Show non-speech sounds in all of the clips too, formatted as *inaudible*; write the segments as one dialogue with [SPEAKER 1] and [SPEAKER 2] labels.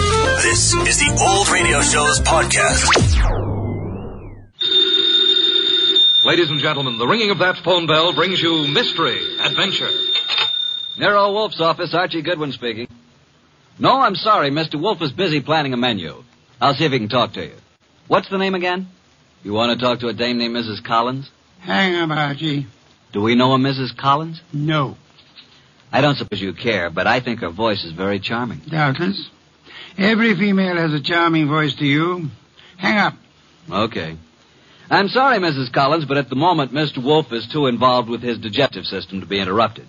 [SPEAKER 1] This is the Old Radio Show's podcast.
[SPEAKER 2] Ladies and gentlemen, the ringing of that phone bell brings you mystery, adventure. Nero Wolf's office, Archie Goodwin speaking. No, I'm sorry. Mr. Wolf is busy planning a menu. I'll see if he can talk to you. What's the name again? You want to talk to a dame named Mrs. Collins?
[SPEAKER 3] Hang up, Archie.
[SPEAKER 2] Do we know a Mrs. Collins?
[SPEAKER 3] No,
[SPEAKER 2] I don't suppose you care, but I think her voice is very charming.
[SPEAKER 3] doubtless. Every female has a charming voice to you. Hang up.
[SPEAKER 2] Okay. I'm sorry, Mrs. Collins, but at the moment Mr. Wolf is too involved with his digestive system to be interrupted.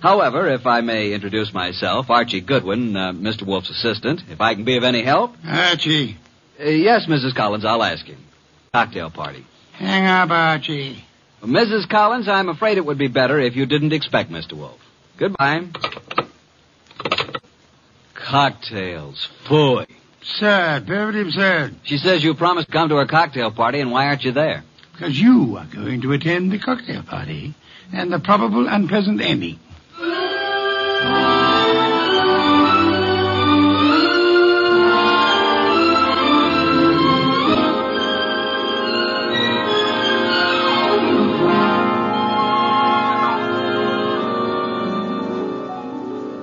[SPEAKER 2] However, if I may introduce myself, Archie Goodwin, uh, Mr. Wolf's assistant, if I can be of any help.
[SPEAKER 3] Archie.
[SPEAKER 2] Uh, yes, Mrs. Collins, I'll ask him. Cocktail party.
[SPEAKER 3] Hang up, Archie.
[SPEAKER 2] Well, Mrs. Collins, I'm afraid it would be better if you didn't expect Mr. Wolf. Goodbye. Cocktails. Fooey.
[SPEAKER 3] Absurd, perfectly absurd.
[SPEAKER 2] She says you promised to come to her cocktail party, and why aren't you there?
[SPEAKER 3] Because you are going to attend the cocktail party and the probable unpleasant ending.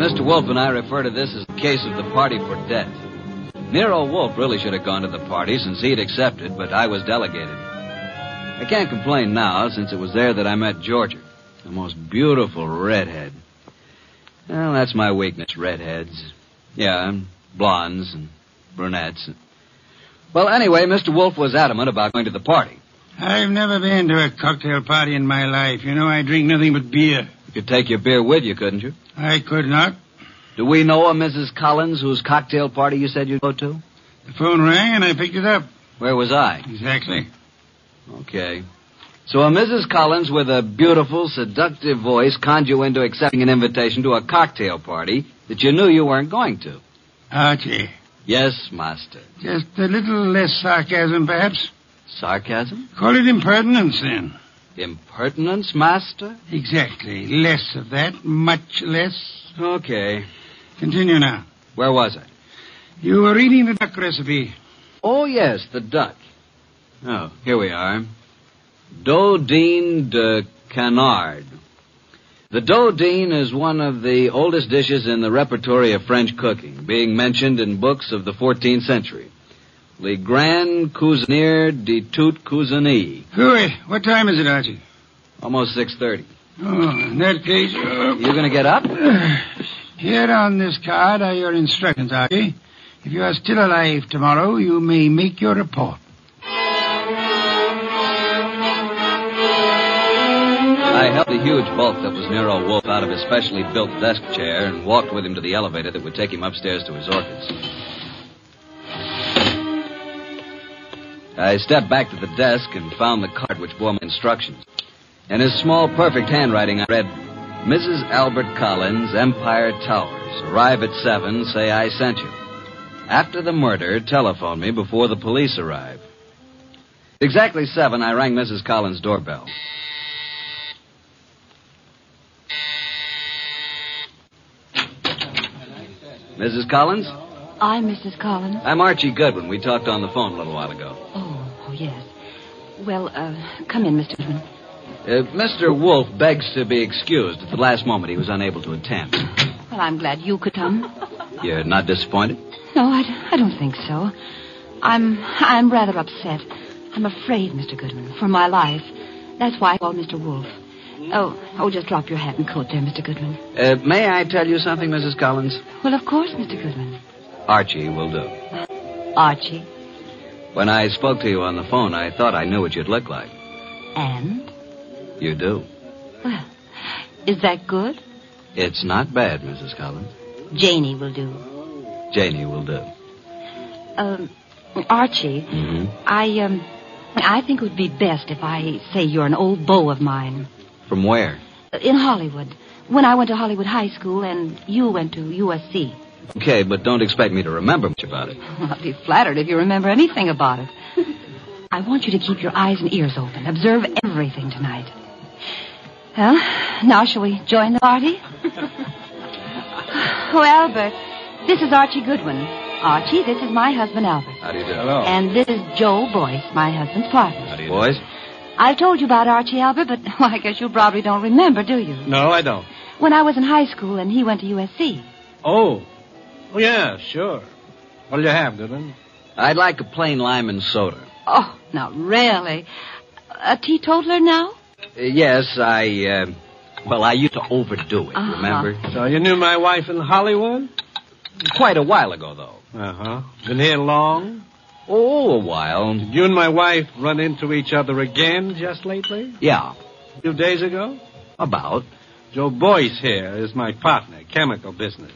[SPEAKER 2] Mr. Wolf and I refer to this as the case of the party for debt. Nero Wolf really should have gone to the party since he'd accepted, but I was delegated. I can't complain now, since it was there that I met Georgia, the most beautiful redhead. Well, that's my weakness, redheads. Yeah, and blondes and brunettes. Well, anyway, Mr. Wolf was adamant about going to the party.
[SPEAKER 3] I've never been to a cocktail party in my life. You know, I drink nothing but beer.
[SPEAKER 2] You could take your beer with you, couldn't you?
[SPEAKER 3] I could not.
[SPEAKER 2] Do we know a Mrs. Collins whose cocktail party you said you'd go to?
[SPEAKER 3] The phone rang and I picked it up.
[SPEAKER 2] Where was I?
[SPEAKER 3] Exactly.
[SPEAKER 2] Okay. So a Mrs. Collins with a beautiful, seductive voice conned you into accepting an invitation to a cocktail party that you knew you weren't going to.
[SPEAKER 3] Archie,
[SPEAKER 2] Yes, master.
[SPEAKER 3] just a little less sarcasm, perhaps.
[SPEAKER 2] Sarcasm?
[SPEAKER 3] Call it impertinence, then.
[SPEAKER 2] Impertinence, master?
[SPEAKER 3] Exactly. Less of that, much less.
[SPEAKER 2] Okay.
[SPEAKER 3] Continue now.
[SPEAKER 2] Where was I?
[SPEAKER 3] You were reading the duck recipe.
[SPEAKER 2] Oh, yes, the duck. Oh, here we are. Dodine de Canard. The Dodine is one of the oldest dishes in the repertory of French cooking, being mentioned in books of the 14th century. Le Grand Cuisinier de toute Cuisine.
[SPEAKER 3] Hooey, what time is it, Archie?
[SPEAKER 2] Almost 6.30.
[SPEAKER 3] Oh, in that case. uh,
[SPEAKER 2] You gonna get up?
[SPEAKER 3] *sighs* Here on this card are your instructions, Archie. If you are still alive tomorrow, you may make your report.
[SPEAKER 2] I held the huge bulk that was Nero Wolf out of his specially built desk chair and walked with him to the elevator that would take him upstairs to his orchids. I stepped back to the desk and found the card which bore my instructions. In his small, perfect handwriting, I read, Mrs. Albert Collins, Empire Towers. Arrive at 7, say I sent you. After the murder, telephone me before the police arrive. Exactly 7, I rang Mrs. Collins' doorbell. Mrs. Collins?
[SPEAKER 4] I'm Mrs. Collins.
[SPEAKER 2] I'm Archie Goodwin. We talked on the phone a little while ago.
[SPEAKER 4] Oh, oh yes. Well, uh, come in, Mr. Goodwin.
[SPEAKER 2] Uh, Mr. Wolf begs to be excused. At the last moment, he was unable to attend.
[SPEAKER 4] Well, I'm glad you could *laughs* come.
[SPEAKER 2] You're not disappointed?
[SPEAKER 4] No, I, I don't think so. I'm I'm rather upset. I'm afraid, Mr. Goodwin, for my life. That's why I called Mr. Wolf. Oh, oh, just drop your hat and coat there, Mr. Goodwin.
[SPEAKER 2] Uh, may I tell you something, Mrs. Collins?
[SPEAKER 4] Well, of course, Mr. Goodwin.
[SPEAKER 2] Archie will do.
[SPEAKER 4] Archie.
[SPEAKER 2] When I spoke to you on the phone, I thought I knew what you'd look like.
[SPEAKER 4] And?
[SPEAKER 2] You do.
[SPEAKER 4] Well, is that good?
[SPEAKER 2] It's not bad, Mrs. Collins.
[SPEAKER 4] Janie will do.
[SPEAKER 2] Janie will do.
[SPEAKER 4] Um, Archie,
[SPEAKER 2] Mm-hmm.
[SPEAKER 4] I, um, I think it would be best if I say you're an old beau of mine.
[SPEAKER 2] From where?
[SPEAKER 4] In Hollywood. When I went to Hollywood High School and you went to USC. *laughs*
[SPEAKER 2] Okay, but don't expect me to remember much about it.
[SPEAKER 4] I'll be flattered if you remember anything about it. I want you to keep your eyes and ears open. Observe everything tonight. Well, now shall we join the party? oh, Albert, this is Archie Goodwin. Archie, this is my husband, Albert.
[SPEAKER 2] How do you do?
[SPEAKER 4] And this is Joe Boyce, my husband's partner.
[SPEAKER 2] How do you Boys?
[SPEAKER 4] I've told you about Archie, Albert, but *laughs* well, I guess you probably don't remember, do you?
[SPEAKER 5] No, I don't.
[SPEAKER 4] When I was in high school and he went to USC.
[SPEAKER 5] Oh. Oh, yeah, sure. What'll you have, Goodwin?
[SPEAKER 2] I'd like a plain lime and soda.
[SPEAKER 4] Oh, now really? A teetotaler now?
[SPEAKER 2] Uh, yes, I, uh, well, I used to overdo it,
[SPEAKER 4] Uh-huh.
[SPEAKER 2] remember?
[SPEAKER 5] So you knew my wife in Hollywood?
[SPEAKER 2] Quite a while ago, though.
[SPEAKER 5] Uh-huh. Been here long?
[SPEAKER 2] Oh, a while.
[SPEAKER 5] Did you and my wife run into each other again just lately?
[SPEAKER 2] Yeah,
[SPEAKER 5] A few days ago?
[SPEAKER 2] about.
[SPEAKER 5] Joe Boyce here is my partner, chemical business.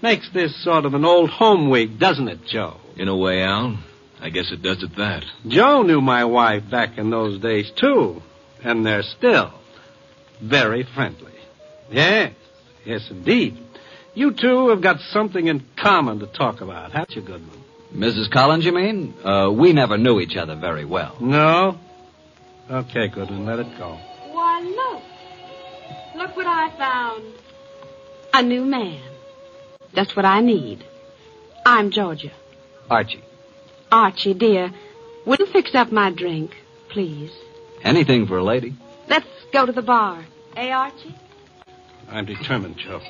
[SPEAKER 5] Makes this sort of an old home week, doesn't it, Joe?
[SPEAKER 6] In a way, Al. I guess it does at that.
[SPEAKER 5] Joe knew my wife back in those days, too. And they're still very friendly. Yes, yes, indeed. You two have got something in common to talk about, haven't you, Goodman?
[SPEAKER 2] Mrs. Collins, you mean? Uh, we never knew each other very well.
[SPEAKER 5] No? Okay, Goodman, let it go.
[SPEAKER 7] Why, look. Look what I found. A new man. Just what I need. I'm Georgia.
[SPEAKER 2] Archie,
[SPEAKER 7] Archie, dear, will you fix up my drink, please?
[SPEAKER 2] anything for a lady?
[SPEAKER 7] Let's go to the bar. Eh, Archie?
[SPEAKER 5] I'm determined, Joe.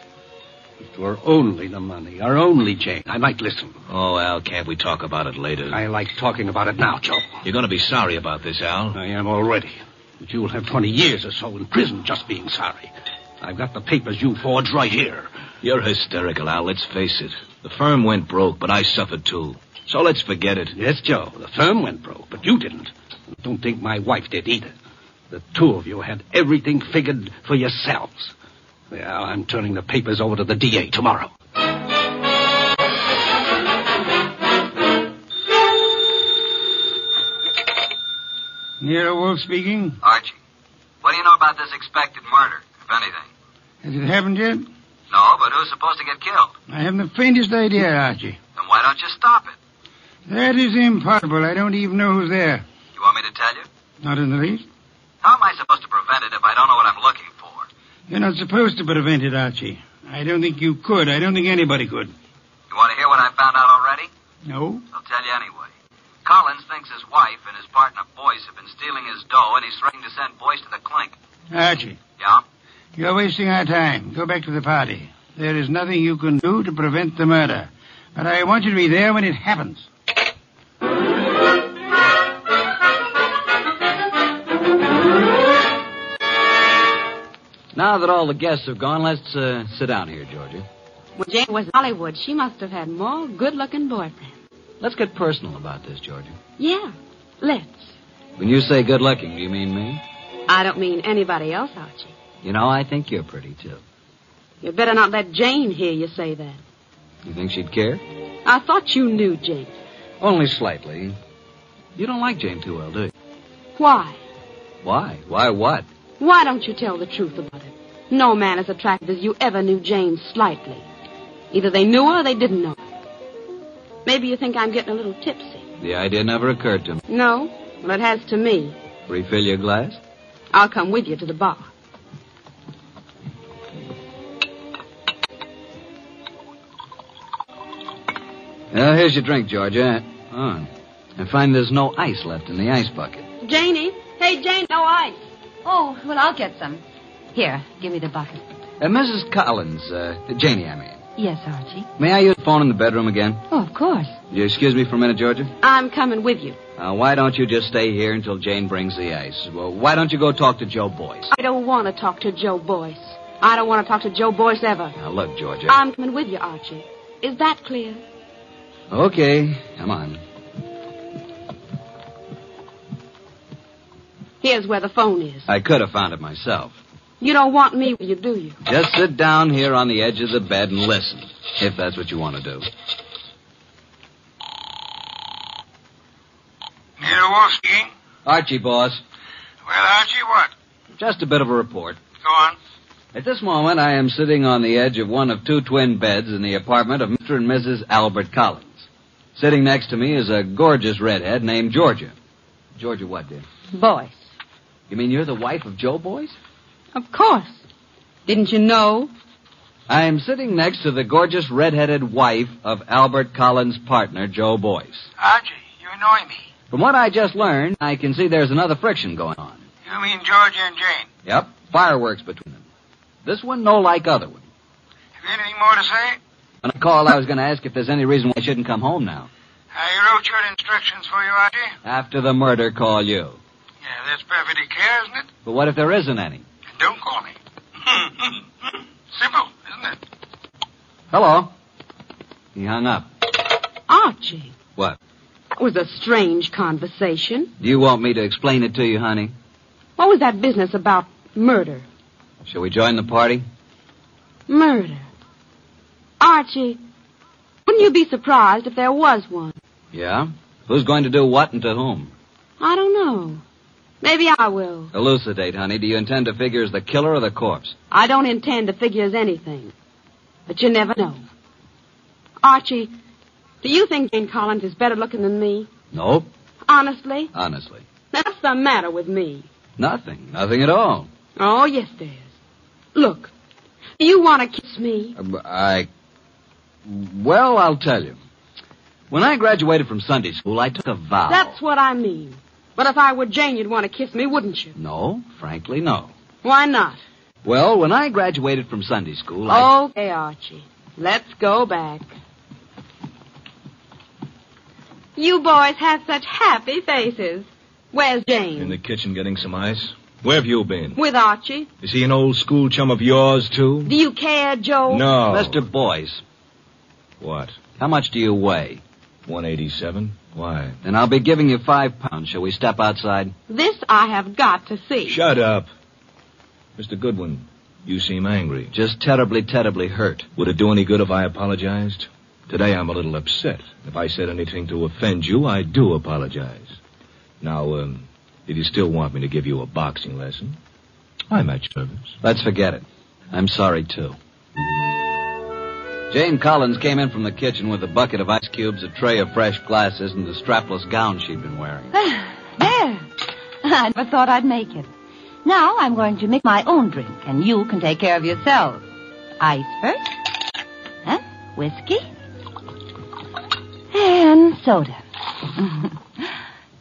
[SPEAKER 5] If it were only the money, or only Jane, I might listen.
[SPEAKER 6] Oh, Al, can't we talk about it later?
[SPEAKER 5] I like talking about it now, Joe.
[SPEAKER 6] You're going to be sorry about this, Al.
[SPEAKER 5] I am already. But you'll have 20 years or so in prison just being sorry. I've got the papers you forged right here.
[SPEAKER 6] You're hysterical, Al. Let's face it. The firm went broke, but I suffered too. So let's forget it.
[SPEAKER 5] Yes, Joe. The firm went broke, but you didn't. Don't think my wife did either. The two of you had everything figured for yourselves. Well, I'm turning the papers over to the DA tomorrow.
[SPEAKER 3] Nero Wolf speaking.
[SPEAKER 2] Archie, what do you know about this expected murder, if anything?
[SPEAKER 3] Has it happened yet?
[SPEAKER 2] No, but who's supposed to get killed?
[SPEAKER 3] I haven't the faintest idea, Archie.
[SPEAKER 2] Then why don't you stop it?
[SPEAKER 3] That is impossible. I don't even know who's there.
[SPEAKER 2] You want me to tell you?
[SPEAKER 3] Not in the least.
[SPEAKER 2] How am I supposed to prevent it if I don't know what I'm looking for?
[SPEAKER 3] You're not supposed to prevent it, Archie. I don't think you could. I don't think anybody could.
[SPEAKER 2] You want to hear what I found out already?
[SPEAKER 3] No?
[SPEAKER 2] I'll tell you anyway. Collins thinks his wife and his partner Boyce have been stealing his dough, and he's threatening to send Boyce to the clink.
[SPEAKER 3] Archie,
[SPEAKER 2] Yeah?
[SPEAKER 3] you're wasting our time. Go back to the party. There is nothing you can do to prevent the murder. But I want you to be there when it happens.
[SPEAKER 2] Now that all the guests have gone, let's uh, sit down here, Georgia.
[SPEAKER 7] When Jane was in Hollywood, she must have had more good-looking boyfriends.
[SPEAKER 2] Let's get personal about this, Georgia.
[SPEAKER 7] Yeah, let's.
[SPEAKER 2] When you say good looking, do you mean me?
[SPEAKER 7] I don't mean anybody else, Archie.
[SPEAKER 2] You know, I think you're pretty, too.
[SPEAKER 7] You'd better not let Jane hear you say that.
[SPEAKER 2] You think she'd care?
[SPEAKER 7] I thought you knew Jane.
[SPEAKER 2] Only slightly. You don't like Jane too well, do you?
[SPEAKER 7] Why?
[SPEAKER 2] Why? Why what?
[SPEAKER 7] Why don't you tell the truth about it? No man as attractive as you ever knew Jane slightly. Either they knew her or they didn't know her. Maybe you think I'm getting a little tipsy.
[SPEAKER 2] The idea never occurred to me.
[SPEAKER 7] No? Well, it has to me.
[SPEAKER 2] Refill your glass?
[SPEAKER 7] I'll come with you to the bar.
[SPEAKER 2] Well, here's your drink, Georgia. Oh, I find there's no ice left in the ice bucket.
[SPEAKER 7] Janie? Hey, Jane, no ice.
[SPEAKER 4] Oh, well, I'll get some. Here, give me the bucket.
[SPEAKER 2] Uh, Mrs. Collins, uh, Janie, I mean.
[SPEAKER 4] Yes, Archie.
[SPEAKER 2] May I use the phone in the bedroom again?
[SPEAKER 4] Oh, of course.
[SPEAKER 2] Will You excuse me for a minute, Georgia?
[SPEAKER 7] I'm coming with you.
[SPEAKER 2] Uh, why don't you just stay here until Jane brings the ice? Well, why don't you go talk to Joe Boyce?
[SPEAKER 7] I don't want to talk to Joe Boyce. I don't want to talk to Joe Boyce ever.
[SPEAKER 2] Now, look, Georgia.
[SPEAKER 7] I'm coming with you, Archie. Is that clear?
[SPEAKER 2] Okay, come on.
[SPEAKER 7] Here's where the phone is.
[SPEAKER 2] I could have found it myself.
[SPEAKER 7] You don't want me with you, do you?
[SPEAKER 2] Just sit down here on the edge of the bed and listen, if that's what you want to do.
[SPEAKER 3] Wolf speaking.
[SPEAKER 2] Archie, boss.
[SPEAKER 3] Well, Archie, what?
[SPEAKER 2] Just a bit of a report.
[SPEAKER 3] Go on.
[SPEAKER 2] At this moment, I am sitting on the edge of one of two twin beds in the apartment of Mr. and Mrs. Albert Collins. Sitting next to me is a gorgeous redhead named Georgia. Georgia what, dear?
[SPEAKER 7] Boyce.
[SPEAKER 2] You mean you're the wife of Joe Boyce?
[SPEAKER 7] Of course. Didn't you know?
[SPEAKER 2] I am sitting next to the gorgeous redheaded wife of Albert Collins' partner, Joe Boyce.
[SPEAKER 3] Archie, you annoy me.
[SPEAKER 2] From what I just learned, I can see there's another friction going on.
[SPEAKER 3] You mean Georgia and Jane.
[SPEAKER 2] Yep, fireworks between them. This one no like other one.
[SPEAKER 3] Have you anything more to say?
[SPEAKER 2] When I called, I was going to ask if there's any reason why I shouldn't come home now.
[SPEAKER 3] I wrote your instructions for you, Archie.
[SPEAKER 2] After the murder, call you.
[SPEAKER 3] Yeah, that's perfectly clear, isn't it?
[SPEAKER 2] But what if there isn't any?
[SPEAKER 3] And don't call me. *laughs* Simple, isn't it?
[SPEAKER 2] Hello. He hung up.
[SPEAKER 7] Archie.
[SPEAKER 2] What?
[SPEAKER 7] That was a strange conversation.
[SPEAKER 2] Do you want me to explain it to you, honey?
[SPEAKER 7] What was that business about murder?
[SPEAKER 2] Shall we join the party?
[SPEAKER 7] Murder. Archie, wouldn't you be surprised if there was one?
[SPEAKER 2] Yeah? Who's going to do what and to whom?
[SPEAKER 7] I don't know. Maybe I will.
[SPEAKER 2] Elucidate, honey. Do you intend to figure as the killer or the corpse?
[SPEAKER 7] I don't intend to figure as anything. But you never know. Archie, do you think Jane Collins is better looking than me?
[SPEAKER 2] Nope.
[SPEAKER 7] Honestly?
[SPEAKER 2] Honestly.
[SPEAKER 7] That's the matter with me.
[SPEAKER 2] Nothing. Nothing at all.
[SPEAKER 7] Oh, yes, there is. Look, do you want to kiss me?
[SPEAKER 2] Uh, but I. Well, I'll tell you. When I graduated from Sunday school, I took a vow.
[SPEAKER 7] That's what I mean. But if I were Jane, you'd want to kiss me, wouldn't you?
[SPEAKER 2] No, frankly, no.
[SPEAKER 7] Why not?
[SPEAKER 2] Well, when I graduated from Sunday school, I.
[SPEAKER 7] Okay, Archie. Let's go back. You boys have such happy faces. Where's Jane?
[SPEAKER 6] In the kitchen getting some ice. Where have you been?
[SPEAKER 7] With Archie.
[SPEAKER 6] Is he an old school chum of yours, too?
[SPEAKER 7] Do you care, Joe?
[SPEAKER 8] Oh.
[SPEAKER 6] No.
[SPEAKER 2] Mr. Boyce,
[SPEAKER 6] What?
[SPEAKER 2] how much do you weigh?
[SPEAKER 6] 187? Why?
[SPEAKER 2] Then I'll be giving you five pounds. Shall we step outside?
[SPEAKER 7] This I have got to see.
[SPEAKER 6] Shut up. Mr. Goodwin, you seem angry.
[SPEAKER 2] Just terribly, terribly hurt.
[SPEAKER 6] Would it do any good if I apologized? Today I'm a little upset. If I said anything to offend you, I do apologize. Now, um, if you still want me to give you a boxing lesson, I'm at your service.
[SPEAKER 2] Let's forget it. I'm sorry, too. Jane Collins came in from the kitchen with a bucket of ice cubes, a tray of fresh glasses, and the strapless gown she'd been wearing.
[SPEAKER 4] there. I never thought I'd make it. Now I'm going to make my own drink, and you can take care of yourselves. Ice first. Huh? Whiskey. And soda.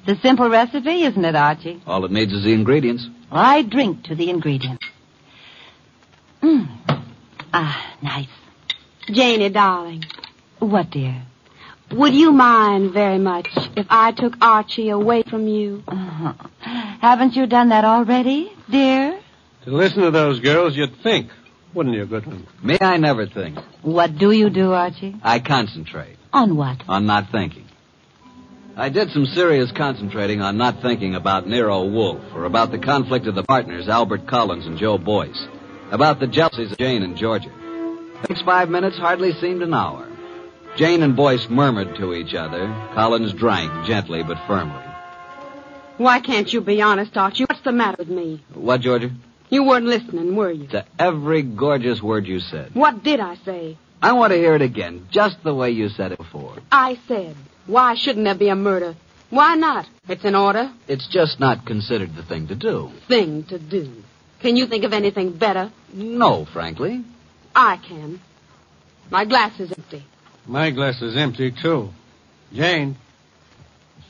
[SPEAKER 4] it's a simple recipe, isn't it, Archie?
[SPEAKER 2] All it needs is the ingredients.
[SPEAKER 4] I drink to the ingredients. Mm. Ah, nice.
[SPEAKER 7] Janie, darling,
[SPEAKER 4] What, dear?
[SPEAKER 7] would you mind very much if I took Archie away from you?
[SPEAKER 4] Uh-huh. Haven't you done that already, dear?
[SPEAKER 5] To listen to those girls, you'd think, wouldn't you, Goodwin?
[SPEAKER 2] Me, I never think.
[SPEAKER 4] What do you do, Archie?
[SPEAKER 2] I concentrate
[SPEAKER 4] On what?
[SPEAKER 2] on not thinking. I did some serious concentrating on not thinking about Nero Wolfe or about the conflict of the partners, Albert Collins and Joe Boyce, about the jealousies of Jane and Georgia. The next five minutes hardly seemed an hour. Jane and Boyce murmured to each other. Collins drank gently but firmly.
[SPEAKER 7] Why can't you be honest, Archie? What's the matter with me?
[SPEAKER 2] What, Georgia?
[SPEAKER 7] You weren't listening, were you?
[SPEAKER 2] To every gorgeous word you said.
[SPEAKER 7] What did I say?
[SPEAKER 2] I want to hear it again, just the way you said it before.
[SPEAKER 7] I said, why shouldn't there be a murder? Why not? It's an order,
[SPEAKER 2] It's just not considered the thing to do.
[SPEAKER 7] thing to do. Can you think of anything better?
[SPEAKER 2] No, frankly.
[SPEAKER 7] I can. My glass is empty.
[SPEAKER 5] My glass is empty, too. Jane.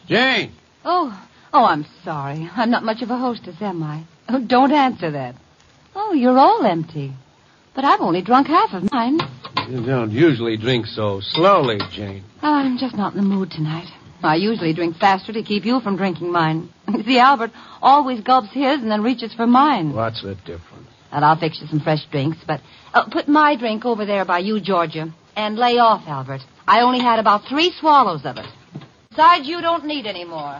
[SPEAKER 5] Jane!
[SPEAKER 4] Oh, oh, I'm sorry. I'm not much of a hostess, am I? Oh, don't answer that. Oh, you're all empty. But I've only drunk half of mine.
[SPEAKER 5] You don't usually drink so slowly, Jane.
[SPEAKER 4] Oh, I'm just not in the mood tonight. I usually drink faster to keep you from drinking mine. *laughs* See, Albert always gulps his and then reaches for mine.
[SPEAKER 5] What's the difference?
[SPEAKER 4] And I'll fix you some fresh drinks, but uh, put my drink over there by you, Georgia, and lay off, Albert. I only had about three swallows of it. Besides, you don't need any more.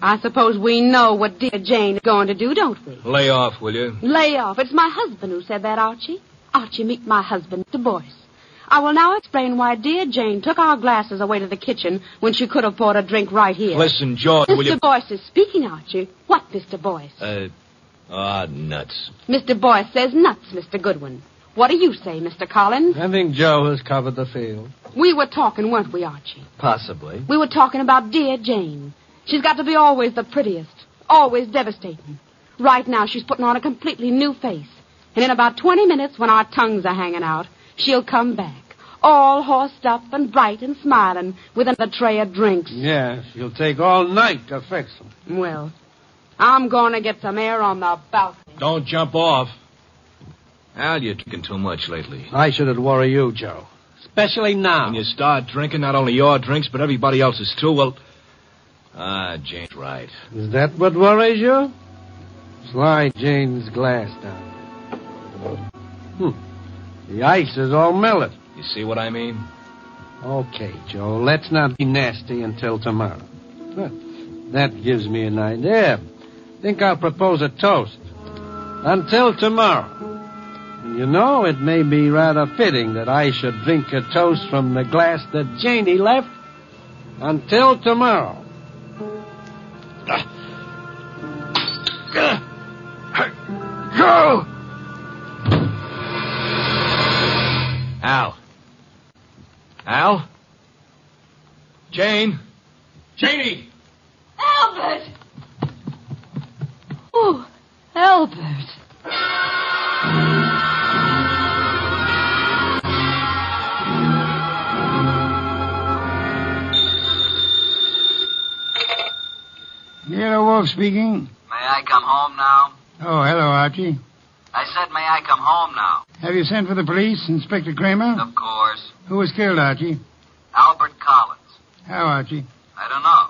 [SPEAKER 7] I suppose we know what dear Jane is going to do, don't we?
[SPEAKER 6] Lay off, will you?
[SPEAKER 7] Lay off. It's my husband who said that, Archie. Archie, meet my husband, Mr. Boyce. I will now explain why dear Jane took our glasses away to the kitchen when she could have bought a drink right here.
[SPEAKER 6] Listen, George, will
[SPEAKER 7] Mr.
[SPEAKER 6] you...
[SPEAKER 7] Boyce is speaking, Archie. What, Mr. Boyce?
[SPEAKER 6] Uh, ah, nuts.
[SPEAKER 7] Mr. Boyce says nuts, Mr. Goodwin. What do you say, Mr. Collins?
[SPEAKER 5] I think Joe has covered the field.
[SPEAKER 7] We were talking, weren't we, Archie?
[SPEAKER 2] Possibly.
[SPEAKER 7] We were talking about dear Jane. She's got to be always the prettiest, always devastating. Right now, she's putting on a completely new face. And in about 20 minutes, when our tongues are hanging out, she'll come back, all horsed up and bright and smiling, with another tray of drinks.
[SPEAKER 5] Yes, you'll take all night to fix them.
[SPEAKER 7] Well, I'm going to get some air on the balcony.
[SPEAKER 6] Don't jump off. Al, you're drinking too much lately.
[SPEAKER 5] I shouldn't worry you, Joe. Especially now.
[SPEAKER 6] When you start drinking, not only your drinks, but everybody else's too, well... Ah, Jane's right.
[SPEAKER 5] Is that what worries you? Slide Jane's glass down. Hmm. The ice is all melted.
[SPEAKER 6] You see what I mean?
[SPEAKER 5] Okay, Joe, let's not be nasty until tomorrow. Huh. That gives me an idea. Think I'll propose a toast. Until tomorrow. You know, it may be rather fitting that I should drink a toast from the glass that Janie left. Until tomorrow.
[SPEAKER 3] Go!
[SPEAKER 6] Al. Al? Jane? Janie!
[SPEAKER 4] Albert! Oh, Albert.
[SPEAKER 3] Nero Wolf speaking.
[SPEAKER 2] May I come home now?
[SPEAKER 3] Oh, hello, Archie.
[SPEAKER 2] I said, may I come home now?
[SPEAKER 3] Have you sent for the police, Inspector Kramer?
[SPEAKER 2] Of course.
[SPEAKER 3] Who was killed, Archie?
[SPEAKER 2] Albert Collins.
[SPEAKER 3] How, Archie?
[SPEAKER 2] I don't know.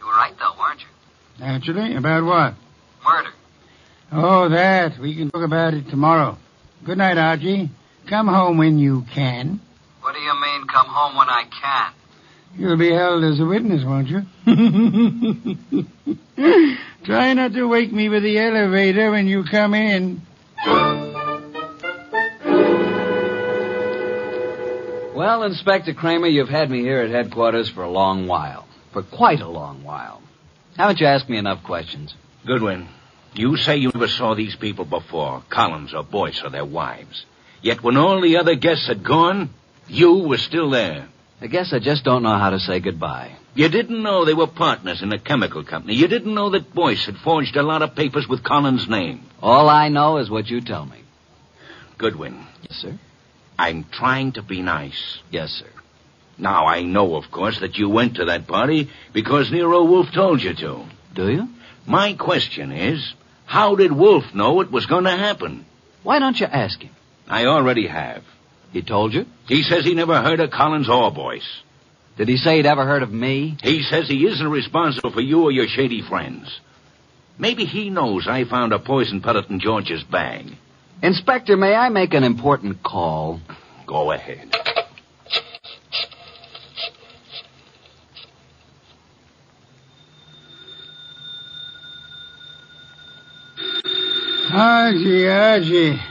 [SPEAKER 2] You were right, though, weren't you?
[SPEAKER 3] Naturally. About what?
[SPEAKER 2] Murder.
[SPEAKER 3] Oh, that. We can talk about it tomorrow. Good night, Archie. Come home when you can.
[SPEAKER 2] What do you mean, come home when I can?
[SPEAKER 3] You'll be held as a witness, won't you? Try not to wake me with the elevator when you come in.
[SPEAKER 2] Well, Inspector Kramer, you've had me here at headquarters for a long while. For quite a long while. Haven't you asked me enough questions?
[SPEAKER 8] Goodwin, you say you never saw these people before, Collins or Boyce or their wives. Yet when all the other guests had gone, you were still there.
[SPEAKER 2] I guess I just don't know how to say goodbye.
[SPEAKER 8] You didn't know they were partners in a chemical company. You didn't know that Boyce had forged a lot of papers with Collins' name.
[SPEAKER 2] All I know is what you tell me.
[SPEAKER 8] Goodwin,
[SPEAKER 2] Yes, sir.
[SPEAKER 8] I'm trying to be nice.
[SPEAKER 2] Yes, sir.
[SPEAKER 8] Now, I know, of course, that you went to that party because Nero Wolf told you to.
[SPEAKER 2] Do you?
[SPEAKER 8] My question is, how did Wolf know it was going to happen?
[SPEAKER 2] Why don't you ask him?
[SPEAKER 8] I already have.
[SPEAKER 2] He told you?
[SPEAKER 8] He says he never heard of Collins or Boyce.
[SPEAKER 2] Did he say he'd ever heard of me?
[SPEAKER 8] He says he isn't responsible for you or your shady friends. Maybe he knows I found a poison pellet in George's bag.
[SPEAKER 2] Inspector, may I make an important call?
[SPEAKER 8] Go ahead.
[SPEAKER 3] Archie, Archie.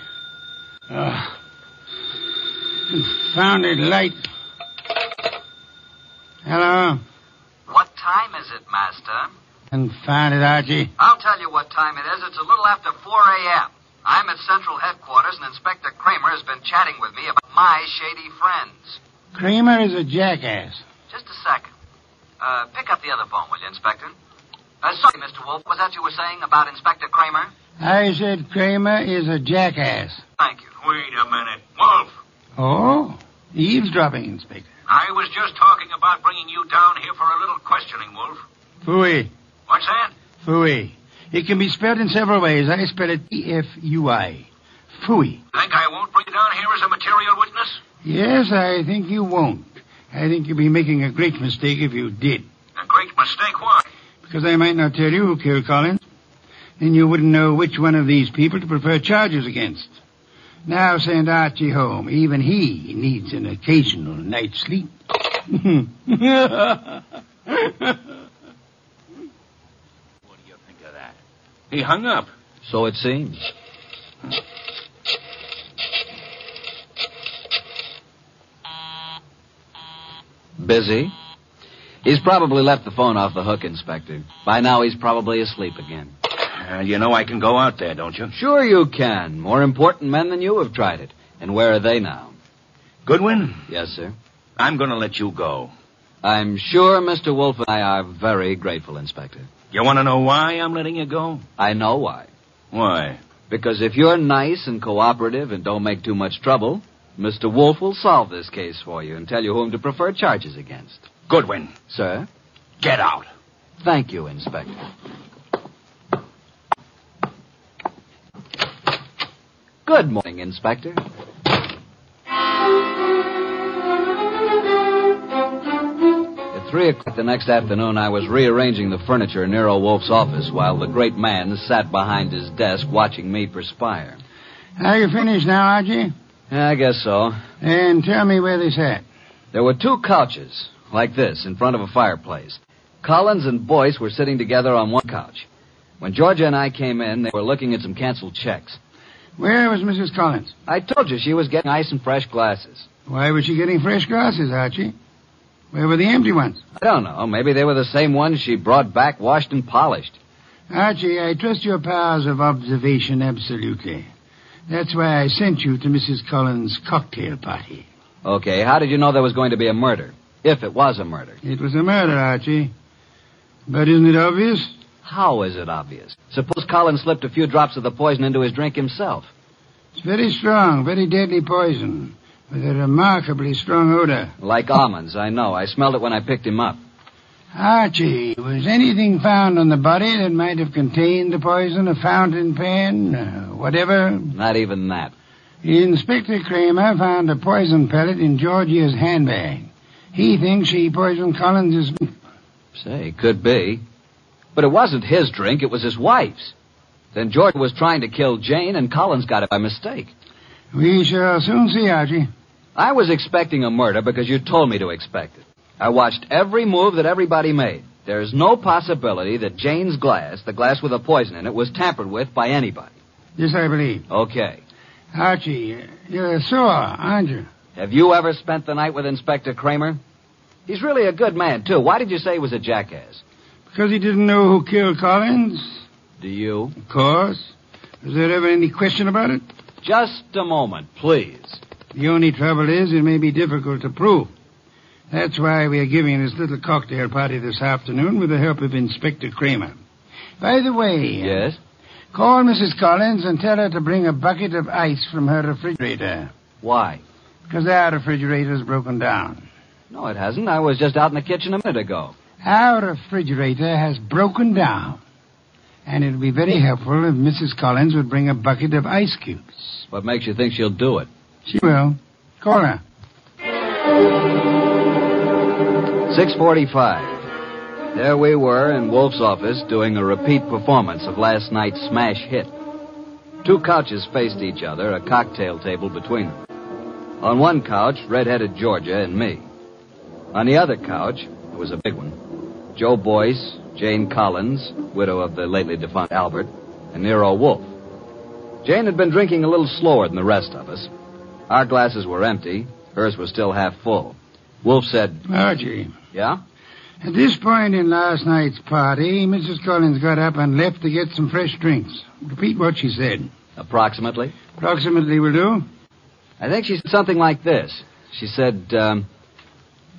[SPEAKER 3] Ah, confounded light. Hello.
[SPEAKER 2] What time is it, Master?
[SPEAKER 3] Confounded Archie.
[SPEAKER 2] I'll tell you what time it is. It's a little after 4 a.m. I'm at Central Headquarters, and Inspector Kramer has been chatting with me about my shady friends.
[SPEAKER 3] Kramer is a jackass.
[SPEAKER 2] Just a second. Uh, pick up the other phone, will you, Inspector? Uh, sorry, Mr. Wolf. Was that you were saying about Inspector Kramer?
[SPEAKER 3] I said Kramer is a jackass.
[SPEAKER 2] Thank you.
[SPEAKER 8] Wait a minute. Wolf,
[SPEAKER 3] Oh? Eavesdropping, Inspector.
[SPEAKER 8] I was just talking about bringing you down here for a little questioning, Wolf.
[SPEAKER 3] Fooey.
[SPEAKER 8] What's that?
[SPEAKER 3] Fooey. It can be spelled in several ways. I spell it E E-F-U-I. Fooey.
[SPEAKER 8] Think I won't bring you down here as a material witness?
[SPEAKER 3] Yes, I think you won't. I think you'd be making a great mistake if you did.
[SPEAKER 8] A great mistake. Why?
[SPEAKER 3] Because I might not tell you who killed Collins. Then you wouldn't know which one of these people to prefer charges against. Now send Archie home. Even he needs an occasional night's sleep. *laughs*
[SPEAKER 8] What do you think of that? He hung up.
[SPEAKER 2] So it seems. Busy? He's probably left the phone off the hook, Inspector. By now, he's probably asleep again.
[SPEAKER 8] Uh, you know I can go out there, don't you?
[SPEAKER 2] Sure you can. More important men than you have tried it. And where are they now?
[SPEAKER 8] Goodwin,
[SPEAKER 2] Yes, sir.
[SPEAKER 8] I'm going to let you go.
[SPEAKER 2] I'm sure Mr. Wolf and I are very grateful, Inspector.
[SPEAKER 8] You want to know why I'm letting you go?
[SPEAKER 2] I know why.
[SPEAKER 8] Why?
[SPEAKER 2] Because if you're nice and cooperative and don't make too much trouble, Mr. Wolf will solve this case for you and tell you whom to prefer charges against.
[SPEAKER 8] Goodwin,
[SPEAKER 2] Sir?
[SPEAKER 8] get out.
[SPEAKER 2] Thank you, Inspector. Good morning, Inspector. At three o'clock the next afternoon, I was rearranging the furniture in Nero Wolf's office while the great man sat behind his desk watching me perspire.
[SPEAKER 3] Are you finished now, Archie?
[SPEAKER 2] Yeah, I guess so.
[SPEAKER 3] And tell me where they sat.
[SPEAKER 2] There were two couches, like this, in front of a fireplace. Collins and Boyce were sitting together on one couch. When Georgia and I came in, they were looking at some canceled checks.
[SPEAKER 3] Where was Mrs. Collins?
[SPEAKER 2] I told you she was getting ice and fresh glasses.
[SPEAKER 3] Why was she getting fresh glasses, Archie? Where were the empty ones?
[SPEAKER 2] I don't know. Maybe they were the same ones she brought back washed and polished.
[SPEAKER 3] Archie, I trust your powers of observation absolutely. That's why I sent you to Mrs. Collins' cocktail party.
[SPEAKER 2] Okay, how did you know there was going to be a murder? If it was a murder.
[SPEAKER 3] It was a murder, Archie. But isn't it obvious?
[SPEAKER 2] How is it obvious? Suppose Collins slipped a few drops of the poison into his drink himself.
[SPEAKER 3] It's very strong, very deadly poison, with a remarkably strong odor.
[SPEAKER 2] Like almonds, I know. I smelled it when I picked him up.
[SPEAKER 3] Archie, was anything found on the body that might have contained the poison, a fountain pen, uh, whatever?
[SPEAKER 2] Not even that.
[SPEAKER 3] Inspector Kramer found a poison pellet in Georgia's handbag. He thinks she poisoned Collins'
[SPEAKER 2] Say, could be. But it wasn't his drink, it was his wife's. Then George was trying to kill Jane, and Collins got it by mistake.
[SPEAKER 3] We shall soon see, Archie.
[SPEAKER 2] I was expecting a murder because you told me to expect it. I watched every move that everybody made. There's no possibility that Jane's glass, the glass with the poison in it, was tampered with by anybody.
[SPEAKER 3] This I believe.
[SPEAKER 2] Okay.
[SPEAKER 3] Archie, uh, you're sore, aren't you?
[SPEAKER 2] Have you ever spent the night with Inspector Kramer? He's really a good man, too. Why did you say he was a jackass?
[SPEAKER 3] Because he didn't know who killed Collins?
[SPEAKER 2] Do you?
[SPEAKER 3] Of course. Was there ever any question about it?
[SPEAKER 2] Just a moment, please.
[SPEAKER 3] The only trouble is it may be difficult to prove. That's why we are giving this little cocktail party this afternoon with the help of Inspector Kramer. By the way, uh,
[SPEAKER 2] Yes?
[SPEAKER 3] call Mrs. Collins and tell her to bring a bucket of ice from her refrigerator.
[SPEAKER 2] Why?
[SPEAKER 3] Because our refrigerator's broken down.
[SPEAKER 2] No, it hasn't. I was just out in the kitchen a minute ago.
[SPEAKER 3] Our refrigerator has broken down. And it would be very helpful if Mrs. Collins would bring a bucket of ice cubes.
[SPEAKER 2] What makes you think she'll do it?
[SPEAKER 3] She will. Call her.
[SPEAKER 2] 645. There we were in Wolf's office doing a repeat performance of last night's smash hit. Two couches faced each other, a cocktail table between them. On one couch, red-headed Georgia and me. On the other couch, it was a big one, Joe Boyce, Jane Collins, widow of the lately defunct Albert, and Nero Wolf. Jane had been drinking a little slower than the rest of us. Our glasses were empty. Hers was still half full. Wolf said,
[SPEAKER 3] Archie.
[SPEAKER 2] Yeah?
[SPEAKER 3] Oh, At this point in last night's party, Mrs. Collins got up and left to get some fresh drinks. Repeat what she said.
[SPEAKER 2] Approximately.
[SPEAKER 3] Approximately will do.
[SPEAKER 2] I think she said something like this. She said, um,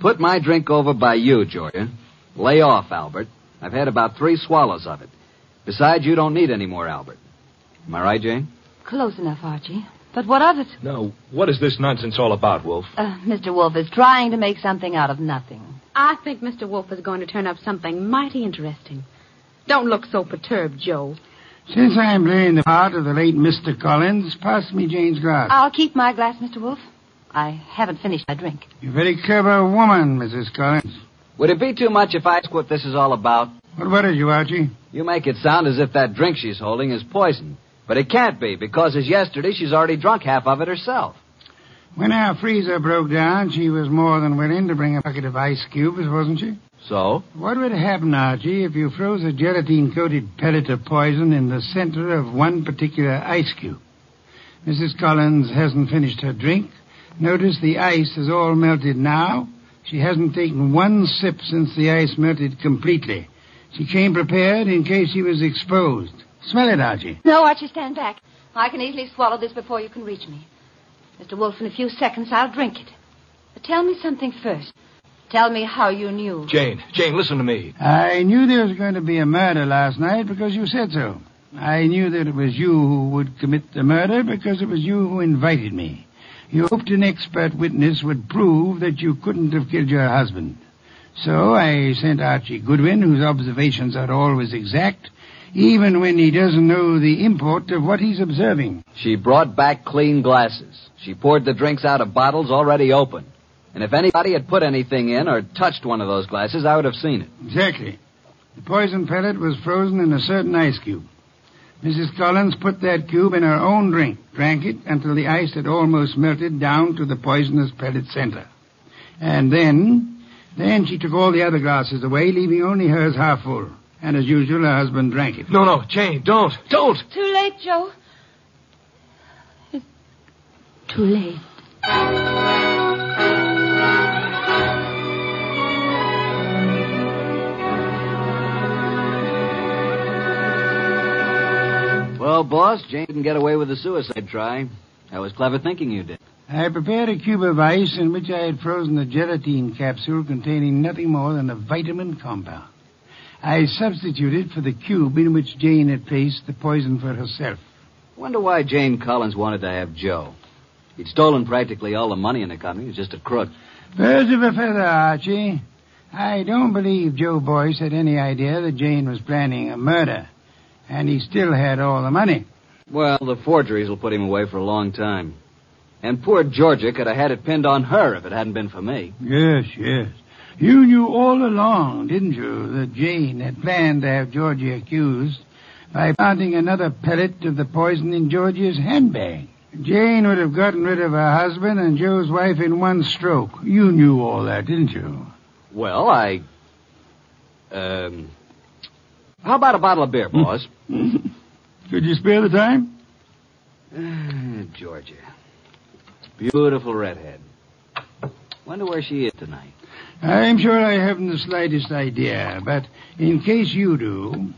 [SPEAKER 2] Put my drink over by you, Georgia. Lay off, Albert. I've had about three swallows of it. Besides, you don't need any more, Albert. Am I right, Jane?
[SPEAKER 4] Close enough, Archie. But what of it?
[SPEAKER 6] Now, what is this nonsense all about, Wolf?
[SPEAKER 4] Uh, Mr. Wolf is trying to make something out of nothing.
[SPEAKER 7] I think Mr. Wolf is going to turn up something mighty interesting. Don't look so perturbed, Joe.
[SPEAKER 3] Since I am playing the part of the late Mr. Collins, pass me Jane's glass.
[SPEAKER 4] I'll keep my glass, Mr. Wolf. I haven't finished my drink.
[SPEAKER 3] You're a very clever woman, Mrs. Collins.
[SPEAKER 2] Would it be too much if I asked what this is all about?
[SPEAKER 3] What worried you, Archie?
[SPEAKER 2] You make it sound as if that drink she's holding is poison. But it can't be, because as yesterday, she's already drunk half of it herself.
[SPEAKER 3] When our freezer broke down, she was more than willing to bring a bucket of ice cubes, wasn't she?
[SPEAKER 2] So?
[SPEAKER 3] What would happen, Archie, if you froze a gelatine-coated pellet of poison in the center of one particular ice cube? Mrs. Collins hasn't finished her drink. Notice the ice is all melted now, She hasn't taken one sip since the ice melted completely. She came prepared in case she was exposed. Smell it, Archie.
[SPEAKER 4] No, Archie, stand back. I can easily swallow this before you can reach me. Mr. Wolf, in a few seconds, I'll drink it. But tell me something first. Tell me how you knew.
[SPEAKER 6] Jane, Jane, listen to me.
[SPEAKER 3] I knew there was going to be a murder last night because you said so. I knew that it was you who would commit the murder because it was you who invited me. You hoped an expert witness would prove that you couldn't have killed your husband. So I sent Archie Goodwin, whose observations are always exact, even when he doesn't know the import of what he's observing.
[SPEAKER 2] She brought back clean glasses. She poured the drinks out of bottles already open. And if anybody had put anything in or touched one of those glasses, I would have seen it.
[SPEAKER 3] Exactly. The poison pellet was frozen in a certain ice cube. Mrs. Collins put that cube in her own drink, drank it until the ice had almost melted down to the poisonous pellet center. And then, then she took all the other glasses away, leaving only hers half full. And as usual, her husband drank it.
[SPEAKER 6] No, no, Jane, don't, don't.
[SPEAKER 4] Too late, Joe. It's too late.
[SPEAKER 2] Well, boss, Jane didn't get away with the suicide try. That was clever thinking you did.
[SPEAKER 3] I prepared a cube of ice in which I had frozen a gelatine capsule containing nothing more than a vitamin compound. I substituted for the cube in which Jane had placed the poison for herself.
[SPEAKER 2] Wonder why Jane Collins wanted to have Joe. He'd stolen practically all the money in the company. He was just a crook.
[SPEAKER 3] Birds of a feather, Archie. I don't believe Joe Boyce had any idea that Jane was planning a murder. And he still had all the money.
[SPEAKER 2] Well, the forgeries will put him away for a long time. And poor Georgia could have had it pinned on her if it hadn't been for me.
[SPEAKER 3] Yes, yes. You knew all along, didn't you, that Jane had planned to have Georgie accused by planting another pellet of the poison in Georgie's handbag. Jane would have gotten rid of her husband and Joe's wife in one stroke. You knew all that, didn't *laughs* you?
[SPEAKER 2] Well, I. Um. How about a bottle of beer, boss?
[SPEAKER 3] Could you spare the time?
[SPEAKER 2] Ah, Georgia. Beautiful redhead. Wonder where she is tonight.
[SPEAKER 3] I'm sure I haven't the slightest idea, but in case you do.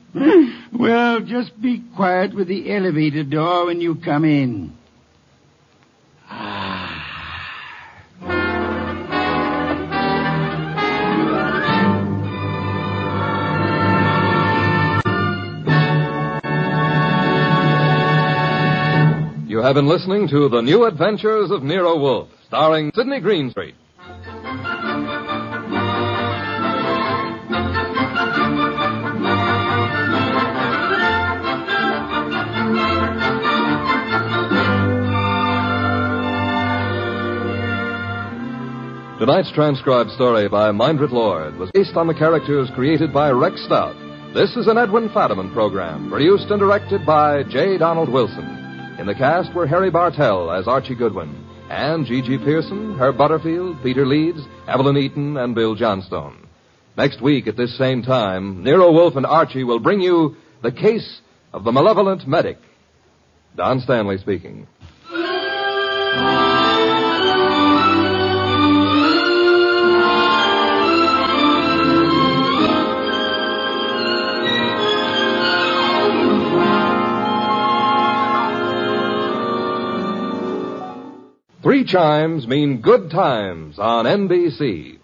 [SPEAKER 3] *laughs* well, just be quiet with the elevator door when you come in.
[SPEAKER 9] You have been listening to The New Adventures of Nero Wolf, starring Sidney Greenstreet. Tonight's transcribed story by Mindred Lord was based on the characters created by Rex Stout. This is an Edwin Fadiman program, produced and directed by J. Donald Wilson. In the cast were Harry Bartell as Archie Goodwin, and Gigi Pearson, Herb Butterfield, Peter Leeds, Evelyn Eaton, and Bill Johnstone. Next week at this same time, Nero Wolf and Archie will bring you the case of the malevolent medic. Don Stanley speaking. Three chimes mean good times on NBC.